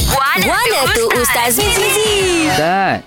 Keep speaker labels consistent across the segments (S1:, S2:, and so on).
S1: Wana,
S2: Mana tu Ustaz Mizi?
S3: Tak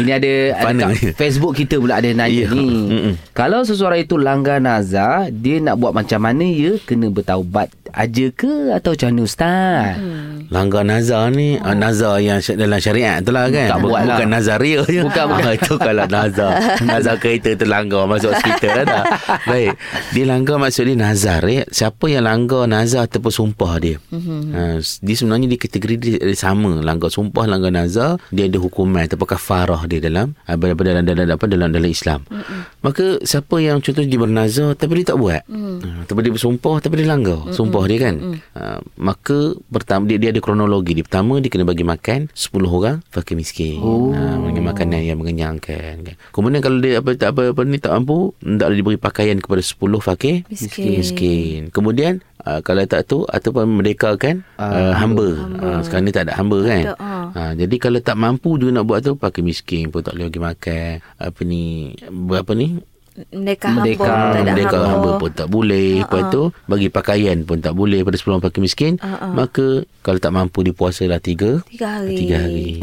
S3: Ini ada, ada
S4: Fana.
S3: kat Facebook kita pula ada yang nanya
S4: Ya.
S3: ni
S4: Mm-mm.
S3: Kalau seseorang itu langgar nazar Dia nak buat macam mana ya Kena bertaubat aja ke Atau macam mana Ustaz
S2: Hmm.
S4: Langgar nazar ni oh. Nazar yang sy- dalam syariat tu lah kan
S3: Tak
S4: Bu-
S3: buat lah.
S4: Bukan nazar ria je
S3: Bukan, bukan.
S4: Ah, Itu kalau nazar Nazar kereta tu langgar Masuk hospital lah tak Baik Dia langgar maksud dia nazar ya. Siapa yang langgar nazar Ataupun sumpah dia
S3: Mhm.
S4: mm-hmm. ha, s- Dia sebenarnya di kategori dia, dia sama Langgar sumpah Langgar nazar Dia ada hukuman Ataupun kafarah dia dalam ah, Dalam dalam, dalam, dalam, dalam, dalam Islam mm-hmm.
S3: Mhm.
S4: Maka siapa yang contoh dia bernazar Tapi dia tak buat mm. Tapi dia bersumpah Tapi dia
S3: Mhm.
S4: langgar Sumpah dia kan Ah, maka pertama dia, dia ada kronologi. Dia pertama dia kena bagi makan 10 orang fakir miskin. Oh. Ha, bagi makanan yang mengenyangkan kan. Kemudian kalau dia apa tak apa, apa ni tak mampu, tak boleh diberi pakaian kepada 10 fakir
S2: Miskin.
S4: miskin. Kemudian Uh, kalau tak tu ataupun merdeka kan uh, hamba. hamba. Uh, sekarang ni tak ada hamba kan.
S2: Tak ada, ah.
S4: Ha, jadi kalau tak mampu juga nak buat tu pakai miskin pun tak boleh bagi makan. Apa ni berapa ni
S2: Merdeka
S3: Merdeka,
S2: hamba tak ada
S4: Merdeka
S2: hamba.
S4: Ah, hamba pun tak boleh Lepas tu Bagi pakaian pun tak boleh Pada 10 orang fakir miskin
S2: Ha, ha.
S4: Maka Kalau tak mampu dipuasalah
S2: Tiga
S4: 3
S2: Ha, hari.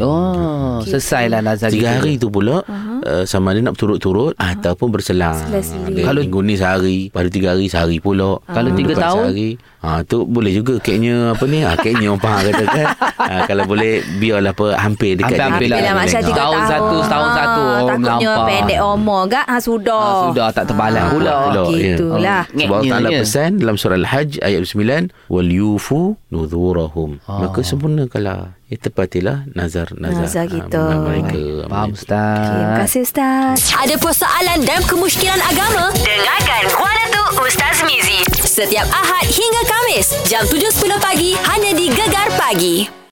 S4: 3 hari
S3: Oh Selesai lah nazar
S4: Tiga
S3: kita.
S4: hari tu pula uh, Sama ada nak turut-turut
S2: Ha.
S4: Ataupun berselang
S2: Selang-seling.
S4: Dia
S3: Kalau-
S4: Minggu ni sehari Pada tiga hari Sehari pula
S3: Kalau
S4: Minggu
S3: tiga
S4: depan
S3: tahun?
S4: sehari. ha, Tu boleh juga Keknya apa ni ha, Keknya orang Pahang kata kan ha, Kalau boleh Biarlah apa Hampir dekat
S3: Hampir-hampir
S2: Bila
S3: lah.
S4: dia Ha. punya
S2: lah Masya
S3: Tahun
S2: tiga
S4: tengok.
S2: tahun
S3: satu, tahun
S2: Ah,
S3: satu, orang
S2: Takutnya
S3: melampau.
S2: pendek umur gak ha, Sudah
S3: Ah, sudah, tak terbalang
S2: Ah,
S3: pula.
S4: ya.
S2: Gitulah
S3: Ngeknya
S4: Sebab Allah Ta'ala
S3: je.
S4: pesan dalam surah Al-Hajj ayat 9 wal yufu nuzurahum.
S3: Ah.
S4: Maka sempurnakanlah ya tepatilah nazar-nazar
S2: Nazar
S4: ah,
S2: kita.
S4: mereka.
S3: Faham
S2: okay, Terima
S3: Ustaz
S2: kasih Ustaz
S1: Ada persoalan dan kemusykilan agama? Dengarkan Wana tu Ustaz Mizi. Setiap Ahad hingga Kamis. Jam 7.10 pagi. Hanya di Gegar Pagi.